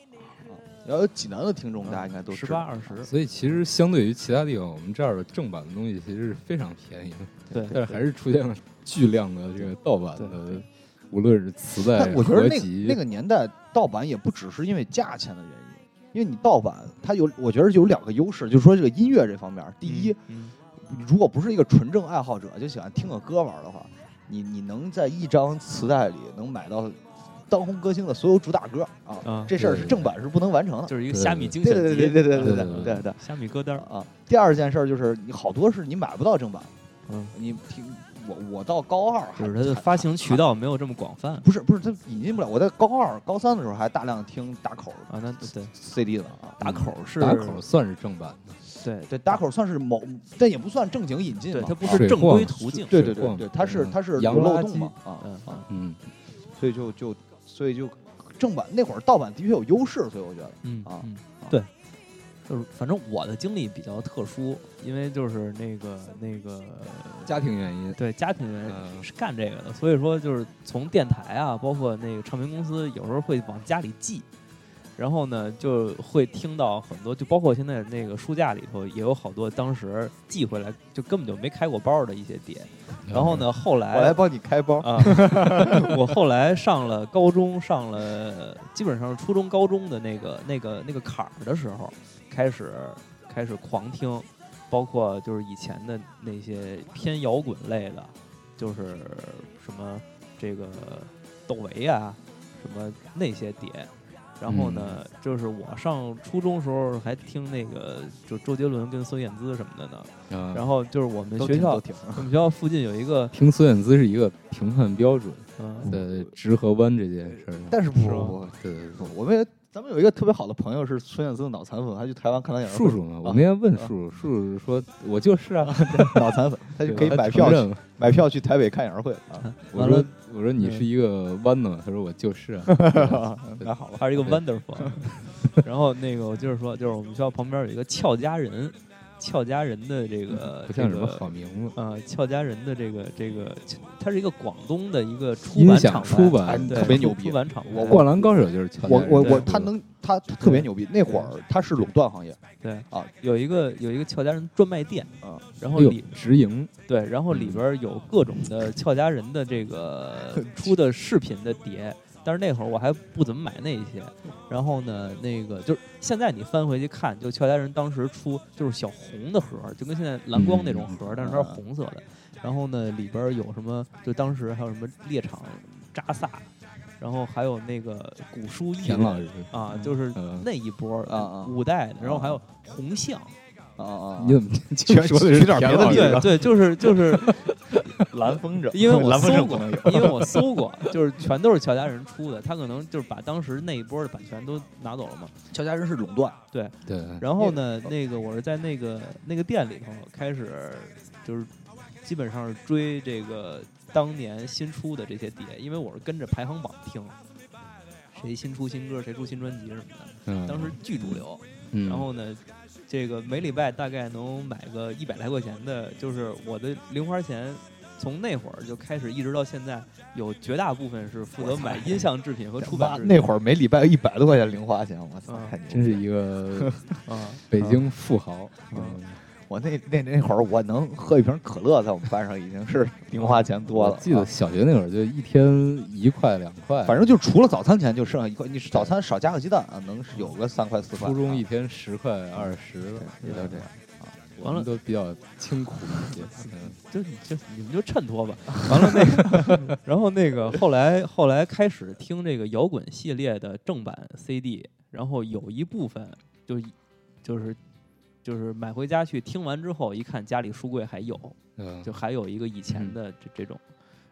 S2: 要有济南的听众，大家应该都
S1: 啊十
S2: 知
S1: 八
S2: 道。啊
S1: 二十，
S3: 所以其实相对于其他地方，我们这儿的正版的东西其实是非常便宜的，
S1: 对，
S3: 但是还是出现了巨量的这个盗版
S1: 对
S3: 的，无论是磁带
S2: 但、我觉得
S3: 合
S2: 那个
S3: 集，
S2: 那个年代盗版也不只是因为价钱的原因，因为你盗版它有，我觉得有两个优势，就是说这个音乐这方面，第一，
S1: 嗯，
S2: 你如果不是一个纯正爱好者，就喜欢听个歌玩的话，你你能在一张磁带里能买到当红歌星的所有主打歌啊，
S1: 啊
S2: 这事儿是
S3: 对
S2: 正版是不能完成的。
S1: 就是一个
S3: 对
S1: 虾米精
S2: 对
S1: 选
S2: 对
S1: 集，
S2: 对对对对对
S3: 对
S2: 对
S3: 对
S2: 对对
S1: 虾米歌单儿，
S2: 啊！第二件事儿就是你好多是你买不到正版，
S1: 嗯，
S2: 你听我我到高二还
S1: 就是它的发行渠道没有这么广泛
S2: 不是不是，它引进不了。我在高二、高三的时候还大量听打口
S1: 啊。那对
S2: CD 呢啊，
S1: 打口是
S3: 打口算是正版的，
S1: 对
S2: 对，打口算是某，但也不算正经引进
S1: 对，
S2: 嘛，
S1: 它不
S2: 啊
S1: 是
S3: 水
S1: 正
S3: 货
S1: 规
S3: 嘛
S1: 途径，
S2: 对对
S3: 水
S2: 对
S3: 货
S2: 对，它是
S3: 嗯
S2: 它是有
S3: 洋
S2: 漏
S3: 垃
S2: 洞
S3: 圾
S2: 嘛啊
S1: 嗯
S2: 啊，
S3: 嗯，
S2: 所以就就所以就正版那会儿盗版的确有优势，所以我觉得
S1: 嗯
S2: 啊
S1: 嗯
S2: 啊
S1: 对，就是反正我的经历比较特殊，因为就是那个那个
S3: 家庭原因，
S1: 对家庭原因
S3: 嗯
S1: 是干这个的，所以说就是从电台啊，包括那个唱片公司，有时候会往家里寄，然后呢就会听到很多，就包括现在那个书架里头也有好多当时寄回来就根本就没开过包的一些碟，然后，呢后
S2: 我来
S1: 来。
S2: 帮你开包。
S1: 哎啊， 我后来上了高中，上了基本上是初中、高中的那个、那个、那个坎儿的时候，开始开始狂听，包括就是以前的那些偏摇滚类的，就是什么这个窦唯啊，什么那些碟。然后呢，就是我上初中时候还听那个就周杰伦跟孙燕姿什么的呢。
S3: 然
S1: 然后就是我们
S2: 都
S1: 学
S2: 挺
S1: 校
S2: 都，挺
S1: 我们学校附近有一个，
S3: 啊听孙燕姿是一个评判标准
S1: 嗯，
S3: 在直和弯这件事儿上，
S2: 但是不
S1: 是吗
S2: 不
S3: 对对对
S2: 不，我们也咱们有一个特别好的朋友是孙燕姿的脑残粉，还去台湾看她演唱
S3: 叔
S2: 会，
S3: 叔嘛，我那天问叔叔，叔叔说我就是啊，
S2: 脑残粉，他就可以买票
S3: 他承认
S2: 去
S3: 了
S2: 买票去台北看演唱会啊。
S3: 我
S1: 完了
S3: 说我说你是一个弯的嘛，他说我就是 啊，
S2: 那好吧，
S1: 还是一个 wonderful。然后那个我就是说，就是我们学校旁边有一个俏佳人，俏佳人的这个
S3: 嗯不像
S1: 这
S3: 什么
S1: 个
S3: 好名 字，
S1: 呃，俏佳人的这个这个，它是一个广东的一个出
S3: 音
S1: 版
S3: 响
S1: 厂牌，
S3: 出版
S1: 哎对
S2: 特别
S1: 出
S2: 牛逼
S1: 出版厂牌，
S2: 我
S3: 灌篮高手就是乔
S2: 我
S3: 丹
S2: 我我，
S3: 对
S2: 他能他他特别牛逼。那会儿他是垄断行业
S1: 对
S2: 啊
S1: 有一个有一个俏佳人专卖店，
S2: 啊，
S1: 然后
S3: 哎呦
S1: 里
S3: 直营，
S1: 对，然后里边儿有各种的俏佳人的这个 出的视频的碟，但是那会儿我还不怎么买那些。然后呢，那个就是现在你翻回去看，就俏佳人当时出就是小红的盒儿，就跟现在蓝光那种盒儿，但是它是红色的。然后呢，里边儿有什么？就当时还有什么猎场、扎萨，然后还有那个古书艺
S3: 田老
S1: 人
S3: 师，
S1: 啊，就是
S3: 嗯
S1: 那一波儿
S2: 啊啊
S1: 五代的，然后还有红象。
S2: 啊啊！
S3: 你怎么
S2: 全
S3: 说的是
S2: 取点别的
S3: 田老师
S2: 例
S1: 对
S2: 子
S1: 对，就是就是
S2: 蓝风 筝
S1: 因为我
S2: 啊蓝风筝
S1: 搜
S2: 不
S1: 过
S2: 能有，
S1: 因为我搜过，就是全都是乔家人出的，他可能就是把当时那一波的版权都拿走了嘛。
S2: 乔家人是垄断，
S3: 对，
S1: 然后呢，那个我是在那个那个店里头开始，就是基本上是追这个当年新出的这些碟，因为我是跟着排行榜听，谁新出新歌，谁出新专辑什么的，
S3: 嗯
S1: 当时巨主流。
S3: 嗯
S1: 然后呢，这个每礼拜大概能买个一百来块钱的，就是我的零花钱。从那会儿就开始，一直到现在，有绝大部分是负责买音像制品和出版制品。
S2: 那会儿每礼拜一百多块钱零花钱，我操，
S1: 嗯
S2: 太牛！
S3: 真是，一个
S1: 儿啊，
S3: 北京富豪，嗯
S2: 我那那那会儿我能喝一瓶可乐，在我们班上已经是零花钱多了。
S3: 我记得
S2: 啊
S3: 小学那会儿就一天一块两块，
S2: 反正就除了早餐钱就剩下一块，你早餐少加个鸡蛋啊，能有个三块四块。
S3: 初中一
S2: 啊
S3: 天十块二十
S2: 对，也就这样。
S3: 我
S1: 完了
S3: 们都比较清苦一些，嗯
S1: 就你就你们就衬托吧。完了那个， 然后那个后来后来开始听这个摇滚系列的正版 CD，然后有一部分就就是就是买回家去听完之后，一看家里书柜还有，
S3: 嗯，
S1: 就还有一个以前
S3: 嗯
S1: 的这这种。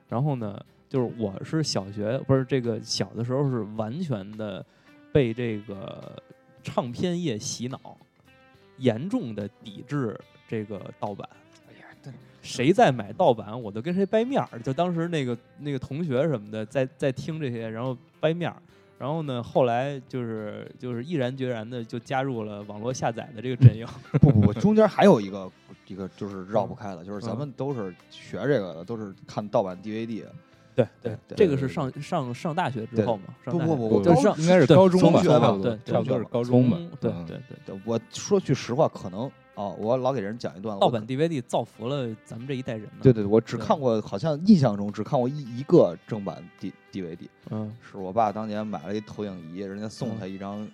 S1: 然后呢，就是我是小学不是这个小的时候是完全的被这个唱片业洗脑，严重的抵制这个盗版。
S3: 哎
S1: 谁在买盗版，我就跟谁掰面儿。就当时那个那个同学什么的，在在听这些，然后掰面儿。然后呢，后来就是就是毅然决然的就加入了网络下载的这个阵营。
S2: 不不不，中间还有一个一个就是绕不开的，就是
S3: 嗯
S2: 咱们都是学这个的，都是看盗版 DVD。
S1: 对
S2: 对对
S1: 这个是上上上大学之后嘛？上
S2: 不
S1: 大
S2: 不
S1: 学
S2: 不，
S3: 我
S2: 我
S1: 就
S2: 高
S1: 是上
S3: 应该是
S1: 对
S3: 高中
S2: 中
S3: 吧，
S2: 学吧
S3: 差不多
S1: 对对
S3: 差不多是高中吧
S1: 从，对
S3: 嗯
S1: 对对，
S2: 我说句实话，可能哦，我老给人讲一段
S1: 盗
S2: 我
S1: 版 DVD 造福了咱们这一代人呢。
S2: 对，对，我只
S1: 对
S2: 看过，好像印象中只看过一一个正版 D DVD，
S1: 嗯，
S2: 是我爸当年买了一投影仪，人家送他一张《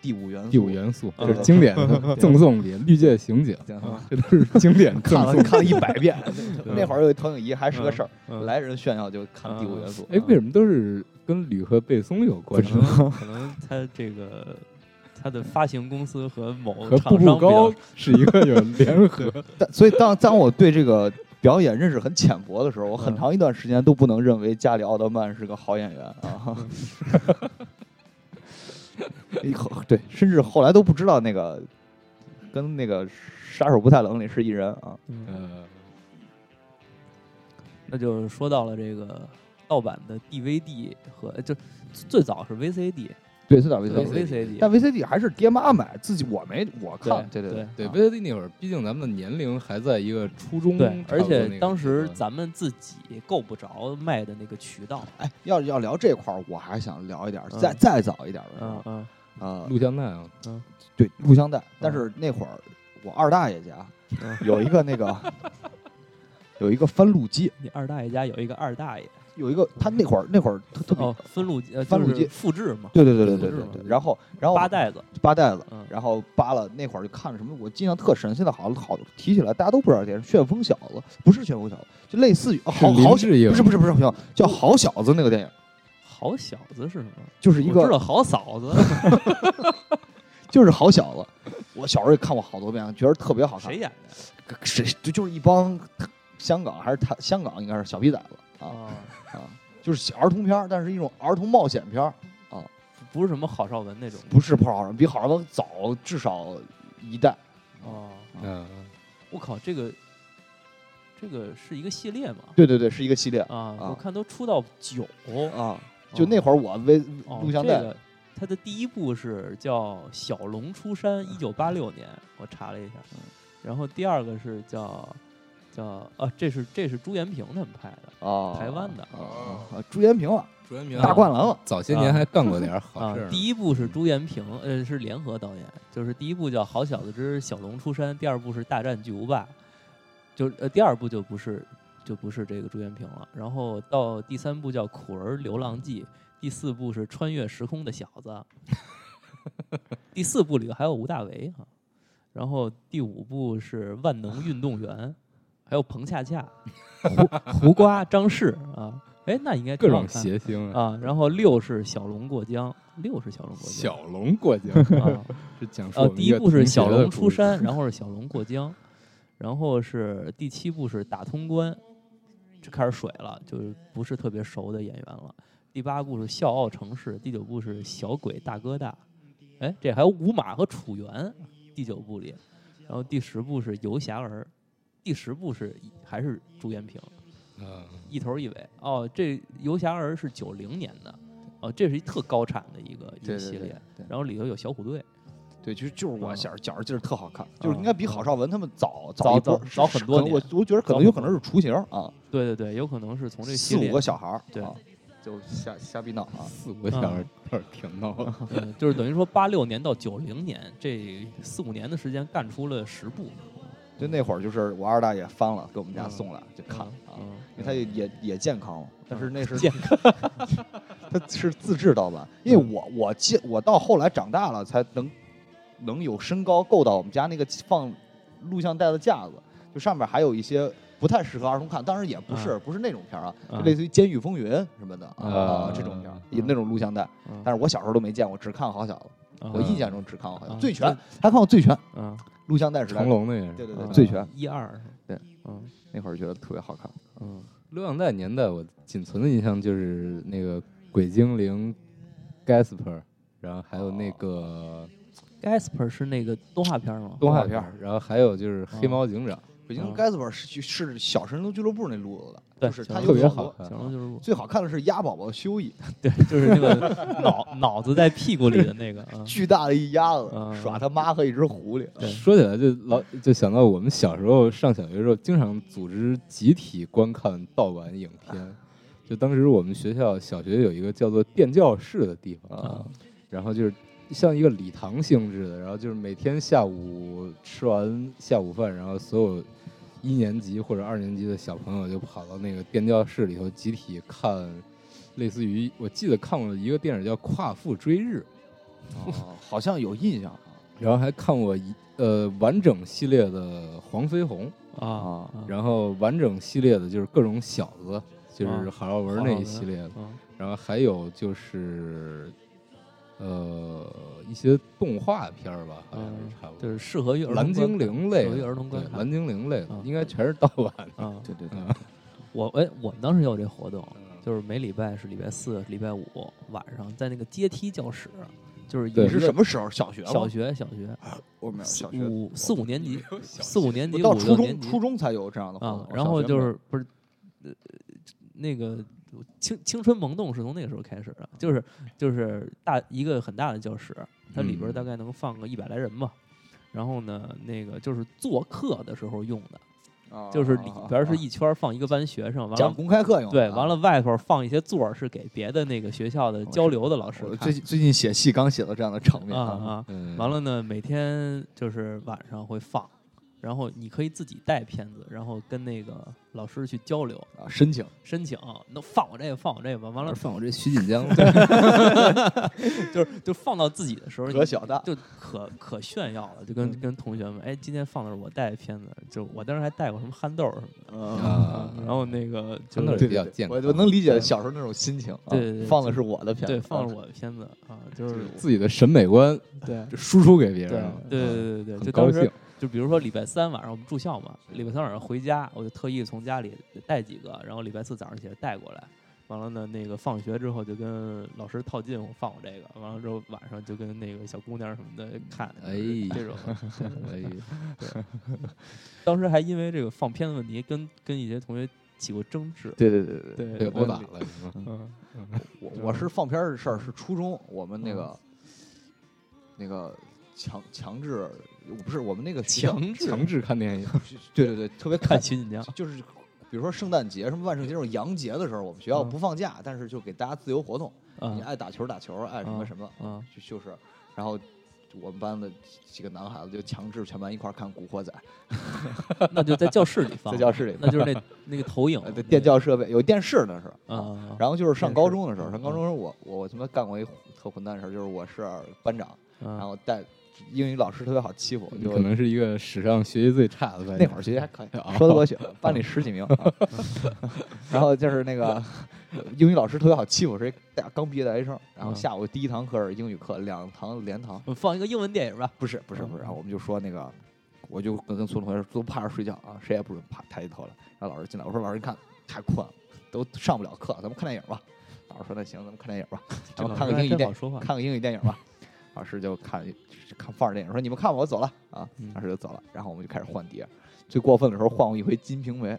S2: 第五元素》。
S3: 嗯第五元素，
S1: 嗯
S3: 这是经典的 赠送礼，《绿界刑警》， 这都是经典
S2: 看
S3: 赠
S2: 了
S3: 送。
S2: 看了一百遍，
S1: 对
S2: 嗯 那会儿有投影仪还是个事儿，
S1: 嗯
S2: 来人炫耀就看《第五元素》。
S3: 哎，为什么都是跟铝和贝松有关
S1: 可
S3: 系？
S1: 能可能他这个他
S2: 嗯
S1: 的发行公司和某
S3: 和
S1: 厂商
S3: 步步
S1: 比较
S3: 高 是一个 有联合，
S2: 但所以当当我对这个表演认识很浅薄的时候，我很
S1: 嗯
S2: 长一段时间都不能认为加里奥德曼是个好演员 啊。以后对，甚至后来都不知道那个跟那个《杀手不太冷》里是一人啊。
S1: 嗯
S3: 呃，
S1: 那就说到了这个盗版的 DVD 和就最早是 VCD，
S2: 对，最早
S1: 对
S3: VCD
S1: VCD，
S2: 但 VCD 还是爹妈买，自己我没我看。对
S1: 对
S2: 对
S3: 对
S2: 啊
S3: VCD 那会儿，毕竟咱们的年龄还在一个初中，
S1: 对，而且当时
S3: 咱。
S1: 咱们自己够不着卖的那个渠道，
S2: 哎，要要聊这块儿，我还想聊一点儿，
S1: 嗯
S2: 再再早一点儿的时
S1: 嗯
S2: 候
S1: 嗯
S2: 啊，
S3: 录像带啊，
S2: 对录像带，但
S1: 嗯
S2: 是那会儿我二大爷家
S1: 嗯
S2: 有一个那个 有一个翻录机，
S1: 你二大爷家有一个二大爷，
S2: 有一个他那会儿那会儿特特别
S1: 嗯哦，分录呃
S2: 翻录
S1: 就是
S2: 机
S1: 复制嘛，
S2: 对对对对
S1: 对
S2: 对
S1: 是
S2: 对
S1: 吗
S2: 对，然后然后
S1: 八袋子，
S2: 扒袋子
S1: 嗯，
S2: 然后扒了那会儿就看什么，我印象特深，现在好好提起来大家都不知道这是旋风小子，不是旋风小子，就类似于哦好
S3: 是林
S2: 好小
S3: 志颖
S2: 不是不是不是不是叫
S1: 哦
S2: 好小子那个电影，
S1: 好小子是什么？
S2: 就是一
S1: 我知
S2: 个
S1: 道好嫂 子，
S2: 就是好小子，我小时候也看过好多遍，觉得特别好看
S1: 谁，演的
S2: 谁就就是一帮香港还是他香港应该是小逼崽子啊
S1: 啊？
S2: 啊，就是小儿童片儿，但是一种儿童冒险片儿。
S1: 不是什么郝邵文那种
S2: 不是不好人，比好人早至少一代。
S1: 哦，
S3: 嗯，
S1: 我靠，这个这个是一个系列嘛？
S2: 对对对，是一个系列
S1: 啊，
S2: 啊
S1: 我看都出到九，
S2: 啊。就
S1: 哦
S2: 那会儿我微
S1: 哦
S2: 录像
S1: 这
S2: 带
S1: 个它的第一部是叫《小龙出山》，一九八六年，我查了一下，
S2: 嗯
S1: 然后第二个是叫叫啊，这是这是朱延平他们拍的
S2: 啊，
S1: 台湾的
S2: 啊啊，朱延平了，
S3: 朱元平
S2: 大灌篮了，
S3: 早些年还干过点儿好
S1: 啊
S3: 事儿，。
S1: 第一部是朱延平，呃，是联合导演，就是第一部叫《好小子之小龙出山》，第二部是《大战巨无霸》，就呃第二部就不是就不是这个朱延平了，然后到第三部叫《苦儿流浪记》，第四部是《穿越时空的小子》，第四部里头还有吴大维啊，然后第五部是《万能运动员》，还有彭恰恰、胡胡瓜、张氏啊，哎，那应该
S3: 各
S1: 挺好
S3: 种
S1: 看
S3: 谐星啊，
S1: 啊，然后六是小龙过江，六是小龙过江。
S3: 小龙过江
S1: 啊，
S3: 是讲述
S1: 呃
S3: 我，们
S1: 第
S3: 一
S1: 一
S3: 个
S1: 部是
S3: 同学
S1: 小
S3: 的
S1: 龙
S3: 故
S1: 出
S3: 事，
S1: 山，然后是小龙过江，然后是第七部是打通关，这开始水了，就是不是特别熟的演员了。第八部是笑傲城市，第九部是小鬼大哥大，哎，这还有五马和楚原，第九部里，然后第十部是游侠儿，第十部是还是朱延平。
S3: 嗯
S1: 一头一尾。哦，这游侠儿是九零年的，哦，这是一特高产的一个一
S2: 对
S1: 个
S2: 对
S1: 系
S2: 对
S1: 列。
S2: 对
S1: 然后里头有小虎队，
S2: 对，就就是我小小时候劲儿特好看，
S1: 啊
S2: 就是应该比郝邵文他们早
S1: 早
S2: 一波
S1: 早，早很多
S2: 可能我
S1: 年
S2: 我觉得可能有可能是雏形啊，
S1: 对对对，有可能是从这个系
S2: 四
S1: 列
S2: 五个，小孩儿，
S1: 对
S2: 啊，就瞎瞎逼闹啊，
S3: 四五个小 孩儿挺闹的，
S1: 嗯 就是等于说八六年到九零年这四五年的时间干出了十部，
S2: 嗯就那会儿就是我二大爷翻了，给我们家送来就看
S1: 嗯
S2: 啊，因为他也也也健康了，但是那是
S1: 健嗯
S2: 康， 他是自制盗版，因为我我记我到后来长大了才能能有身高够到我们家那个放录像带的架子，就上面还有一些不太适合儿童看，当然也不是、不是那种片儿啊，就
S1: 嗯
S2: 类似于《监狱风云》什么的啊、
S3: 啊
S2: 这种片儿
S3: 嗯，
S2: 也那种录像带，
S1: 嗯
S2: 但是我小时候都没见过，只看过好小子，
S1: 嗯
S2: 我印象中只看过好小子，
S1: 嗯
S2: 醉拳还看过醉拳
S1: 嗯，
S2: 录像带时代
S3: 成，龙那也是。
S2: 对对对，
S1: 嗯
S2: 醉拳
S1: 一二，
S2: 对，
S1: 嗯
S2: 那会儿觉得特别好看。
S1: 嗯，
S3: 录像带年代，我仅存的印象就是那个鬼精灵 Gasper，然后还有那个
S1: Gasper 是那个动画片吗？
S3: 动画片儿，然后还有就是黑猫警长，
S2: 北京
S1: 嗯
S2: g a s p e r 是去是小神龙俱乐部那路子的，
S1: 对
S2: 就是
S1: 小
S2: 它
S1: 神
S2: 有
S3: 特别
S2: 很
S3: 好
S2: 多
S3: 看
S1: 小。龙哦就是我
S2: 最好看的是鸭宝宝修一，
S1: 对，就是那个脑脑子在屁股里的那个，嗯
S2: 巨大的一鸭子
S1: 嗯
S2: 耍他妈和一只狐狸。
S1: 对
S3: 说起来就老就想到我们小时候上小学的时候，经常组织集体观看盗版影
S1: 啊
S3: 片。就当时我们学校小学有一个叫做电教室的地方，
S1: 啊
S3: 然后就是像一个礼堂性质的，然后就是每天下午吃完下午饭，然后所有一年级或者二年级的小朋友就跑到那个电教室里头集体看，类似于我记得看过一个电影叫《夸父追日》，
S1: 嗯
S2: 哦好像有印象啊。
S3: 然后还看过一呃完整系列的《黄飞鸿》，
S1: 啊
S2: 啊，
S3: 然后完整系列的就是各种小子，就是
S1: 啊
S3: 郝邵文
S1: 好
S3: 那
S1: 好的
S3: 一系列的。
S1: 嗯
S3: 然后还有就是，呃，一些动画片儿吧，好像
S1: 嗯
S3: 是差不
S1: 就
S3: 多。
S1: 是适合于儿童
S3: 蓝
S1: 观
S3: 精
S1: 看
S3: 灵类
S1: 适合于
S3: 的，
S1: 儿童观
S3: 对
S1: 看
S3: 蓝精灵类的
S1: 啊
S3: 应该全是盗版的。
S1: 啊。
S2: 对对对，
S3: 嗯
S1: 我哎，我们当时也有这活动，
S2: 嗯
S1: 就是每礼拜是礼拜四、礼拜五晚上，在那个阶梯教室，就是
S3: 对
S1: 也
S2: 你
S1: 是
S2: 是什么时候？小学吗？
S1: 小学小学
S2: 我没有
S1: 四
S2: 小学，
S1: 五四五年级四
S5: 四
S1: 五年级
S2: 我
S1: 五
S2: 到初
S1: 六年
S2: 中
S1: 级
S2: 初中才有这样的活动
S1: 啊，然后就是不是呃那个青青春萌动是从那个时候开始的，就是就是大一个很大的教室，它里边
S3: 嗯
S1: 大概能放个一百来人吧。然后呢，那个就是做课的时候用的，
S2: 哦啊
S1: 就是里边是
S2: 一
S1: 一圈放一个班学生，完
S2: 讲
S1: 了
S2: 公开课用的
S1: 对，
S2: 啊
S1: 完了。外头放一些座儿是给别的那个学校的
S2: 是
S1: 交流的老师
S2: 我
S1: 看
S2: 最近最近写戏刚写到这样的场面
S1: 啊啊，
S3: 嗯，
S1: 完了呢，每天就是晚上会放，然后你可以自己带片子，然后跟那个老师去交流，
S2: 啊！申请
S1: 申请能放我这个，放我这个吧。完了
S3: 放我这徐锦江
S1: 就是就放到自己的时候，
S2: 葛小啊大
S1: 就可可炫耀了，就跟、跟同学们，哎，今天放的是我带的片子，就我当时还带过什么憨豆儿什么
S2: 啊，
S3: 啊
S1: 的，，然后那个就
S3: 憨豆儿
S1: 是
S2: 对
S3: 也比较
S2: 对
S3: 健
S2: 我
S3: 康
S2: 就能理解小时候那种心情啊。
S1: 对对对
S2: 放的是我的片子，
S1: 对放了我的片子啊，就是
S3: 自己的审美观
S1: 对。
S3: 就输出给别人
S1: 对
S3: 了，
S1: 对对对对，
S3: 嗯
S1: 就
S3: 很
S1: 当
S3: 高
S1: 时
S3: 兴。
S1: 就比如说礼拜三晚上我们住校嘛，礼拜三晚上回家，我就特意从家里带几个，然后礼拜四早上起来带过来。完了呢，那个放学之后就跟老师套近乎，放我这个。完了之后晚上就跟那个小姑娘什么的看，
S3: 哎
S1: 就是
S3: 呀
S1: 这种。
S3: 哎呀
S1: 当时还因为这个放片子问题跟跟一些同学起过争执。
S2: 对对对对对，
S1: 对
S3: 被
S1: 对，
S3: 殴打了，是吗
S1: 嗯，
S2: 我我是放片儿的事儿是初中，我们那
S1: 嗯
S2: 个那个强强制，不是我们那个学校
S1: 强制
S3: 强制看电影，
S2: 对对对，特别
S1: 看
S2: 看
S1: 徐 锦江
S2: 就是比如说圣诞节、什么万圣节这种洋节的时候，我们学校
S1: 嗯
S2: 不放假，但是就给大家自由活动，
S1: 啊
S2: 你爱打球打球，爱什么
S1: 嗯
S2: 什么，
S1: 啊
S2: 就就是，然后我们班的几个男孩子就强制全班一块儿看《古惑仔》，
S1: 那就在教室里放，
S2: 在教室里，
S1: 那就是那那个投影
S2: 呃， 对电教设备有电视那是，
S1: 啊，
S2: 然后就是上
S1: 嗯电视
S2: 高中的时
S1: 嗯
S2: 候，上高中的时候我我他妈干过一特混蛋的事儿，就是我是班长，然
S1: 后
S2: 后带英语老师特别好欺负，
S3: 你
S2: 就
S3: 可能是一个史上学习最差的班长。
S2: 那会儿学习还可以
S3: 哦，
S2: 说得过去，班里十几名。 啊然后就是那个英语老师特别好欺负，是一大刚毕业的大学生。然后
S1: 嗯
S2: 下午第一堂课是英语课，两堂连堂，
S1: 我啊放一个英文电影吧，
S2: 不是不是
S1: 嗯
S2: 不是。然后我们就说那个，我就跟跟所有同学说都趴着睡觉啊，谁也不准趴抬起头来。然后老师进来，我说老师你看太困了，都上不了课，咱们看电影吧。老师说那行，咱们看电影吧。
S1: 这
S2: 咱们
S1: 老
S2: 看
S1: 师
S2: 个
S1: 还
S2: 英语
S1: 真
S2: 电
S1: 好说话
S2: 看个英语电影 吧。老师就看看放着电影，说你们看吧，我走了啊
S1: 嗯。
S2: 老师就走了，然后我们就开始换碟。最过分的时候换过一回《金瓶梅》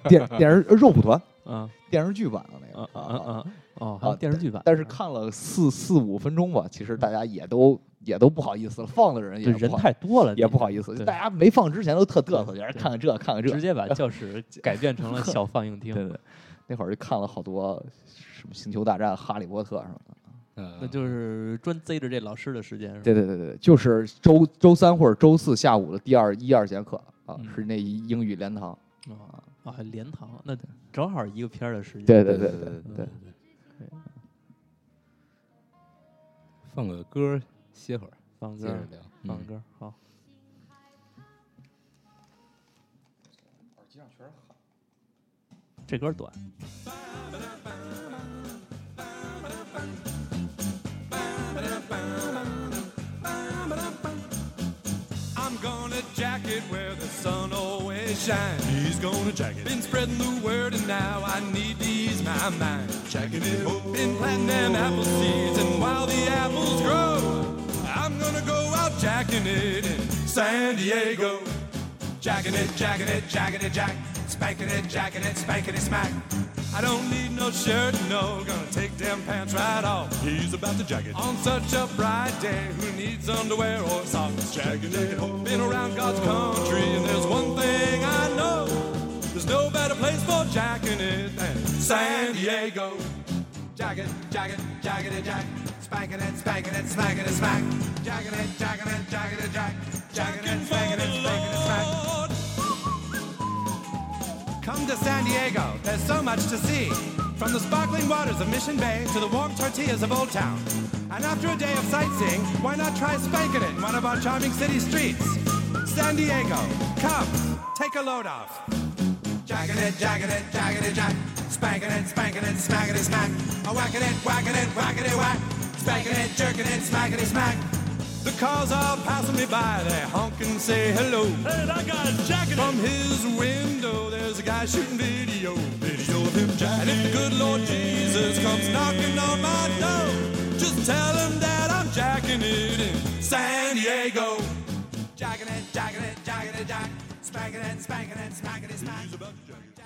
S2: 电电视呃肉蒲团
S1: 啊
S2: 电视剧版的那
S1: 啊
S2: 个
S1: 啊啊
S2: 啊。
S1: 啊哦，还有
S2: 啊
S1: 电视剧版，
S2: 但是看了四四五分钟吧，其实大家也都也都不好意思了，放的人
S1: 对
S2: 也
S1: 人
S2: 不好
S1: 太多了，
S2: 也不好意思，
S1: 对
S2: 大家没放之前都特嘚瑟，觉
S1: 对
S2: 得看看这看看这
S1: 直，接把教 室改变成了小放映厅，
S2: 对对。那会儿就看了好多什么《星球大战》《哈利波特》什么的。
S3: 嗯，
S1: 那就是专贼着这老师的时间，是吧
S2: 对对对对，就是周周三或者周四下午的第二一二节课啊，
S1: 嗯
S2: 是那一英语连堂。
S1: 啊啊，还连堂，那正好一个片儿的时间，
S2: 对
S3: 对
S2: 对对
S3: 对对
S2: 对嗯
S1: 对
S2: 对，
S3: 放个歌儿歇会儿，
S1: 放
S3: 接
S1: 歌
S3: 着
S1: 儿，
S3: 聊。
S1: 放
S3: 嗯
S1: 歌儿，好。这歌儿短，
S6: I'm gonna jacket where the sun always shines. He's gonna jacket. Been spreading the word and now I need to ease my mind. Jacket it up. Been planting them apple seeds and while the apples grow, I'm gonna go out jacking it in San Diego. Jacking it, jacking it, jacking it, jack. Spanking it, jacking it, spanking it, smack. I don't need no shirt, no. Gonna take them pants right off. He's about to jacket. On such a bright day, who needs underwear or socks? Jacking it. Been around God's country, and there's one thing I know. There's no better place for jacking it than San Diego. Jagged, jagged, jagged it, jack. Spanking it, spanking it, spanking it, smack. Jagged it, jagged it, jagged it, jack. Jagged it, spanking it, spanking it, smack. Come to San Diego, there's so much to see. From the sparkling waters of Mission Bay to the warm tortillas of Old Town. And after a day of sightseeing, why not try spanking it in one of our charming city streets? San Diego, come, take a load off. Jagged it, jagged it, jagged it, jack. Spanking it, spanking it, smacking it, smack. A whacking it, whacking it, whacking it, whack. Spanking it, jerking it, smacking it, smack. The cars are passing me by, they honk and say hello. Hey, that guy's jacking From his window, there's a guy shooting video. Video of him jacking. And if the good Lord Jesus comes knocking on my door, just tell him that I'm jacking it in San Diego. Jacking it, jacking it, jacking it, jack. Spanking it, spanking it, smacking it, smack.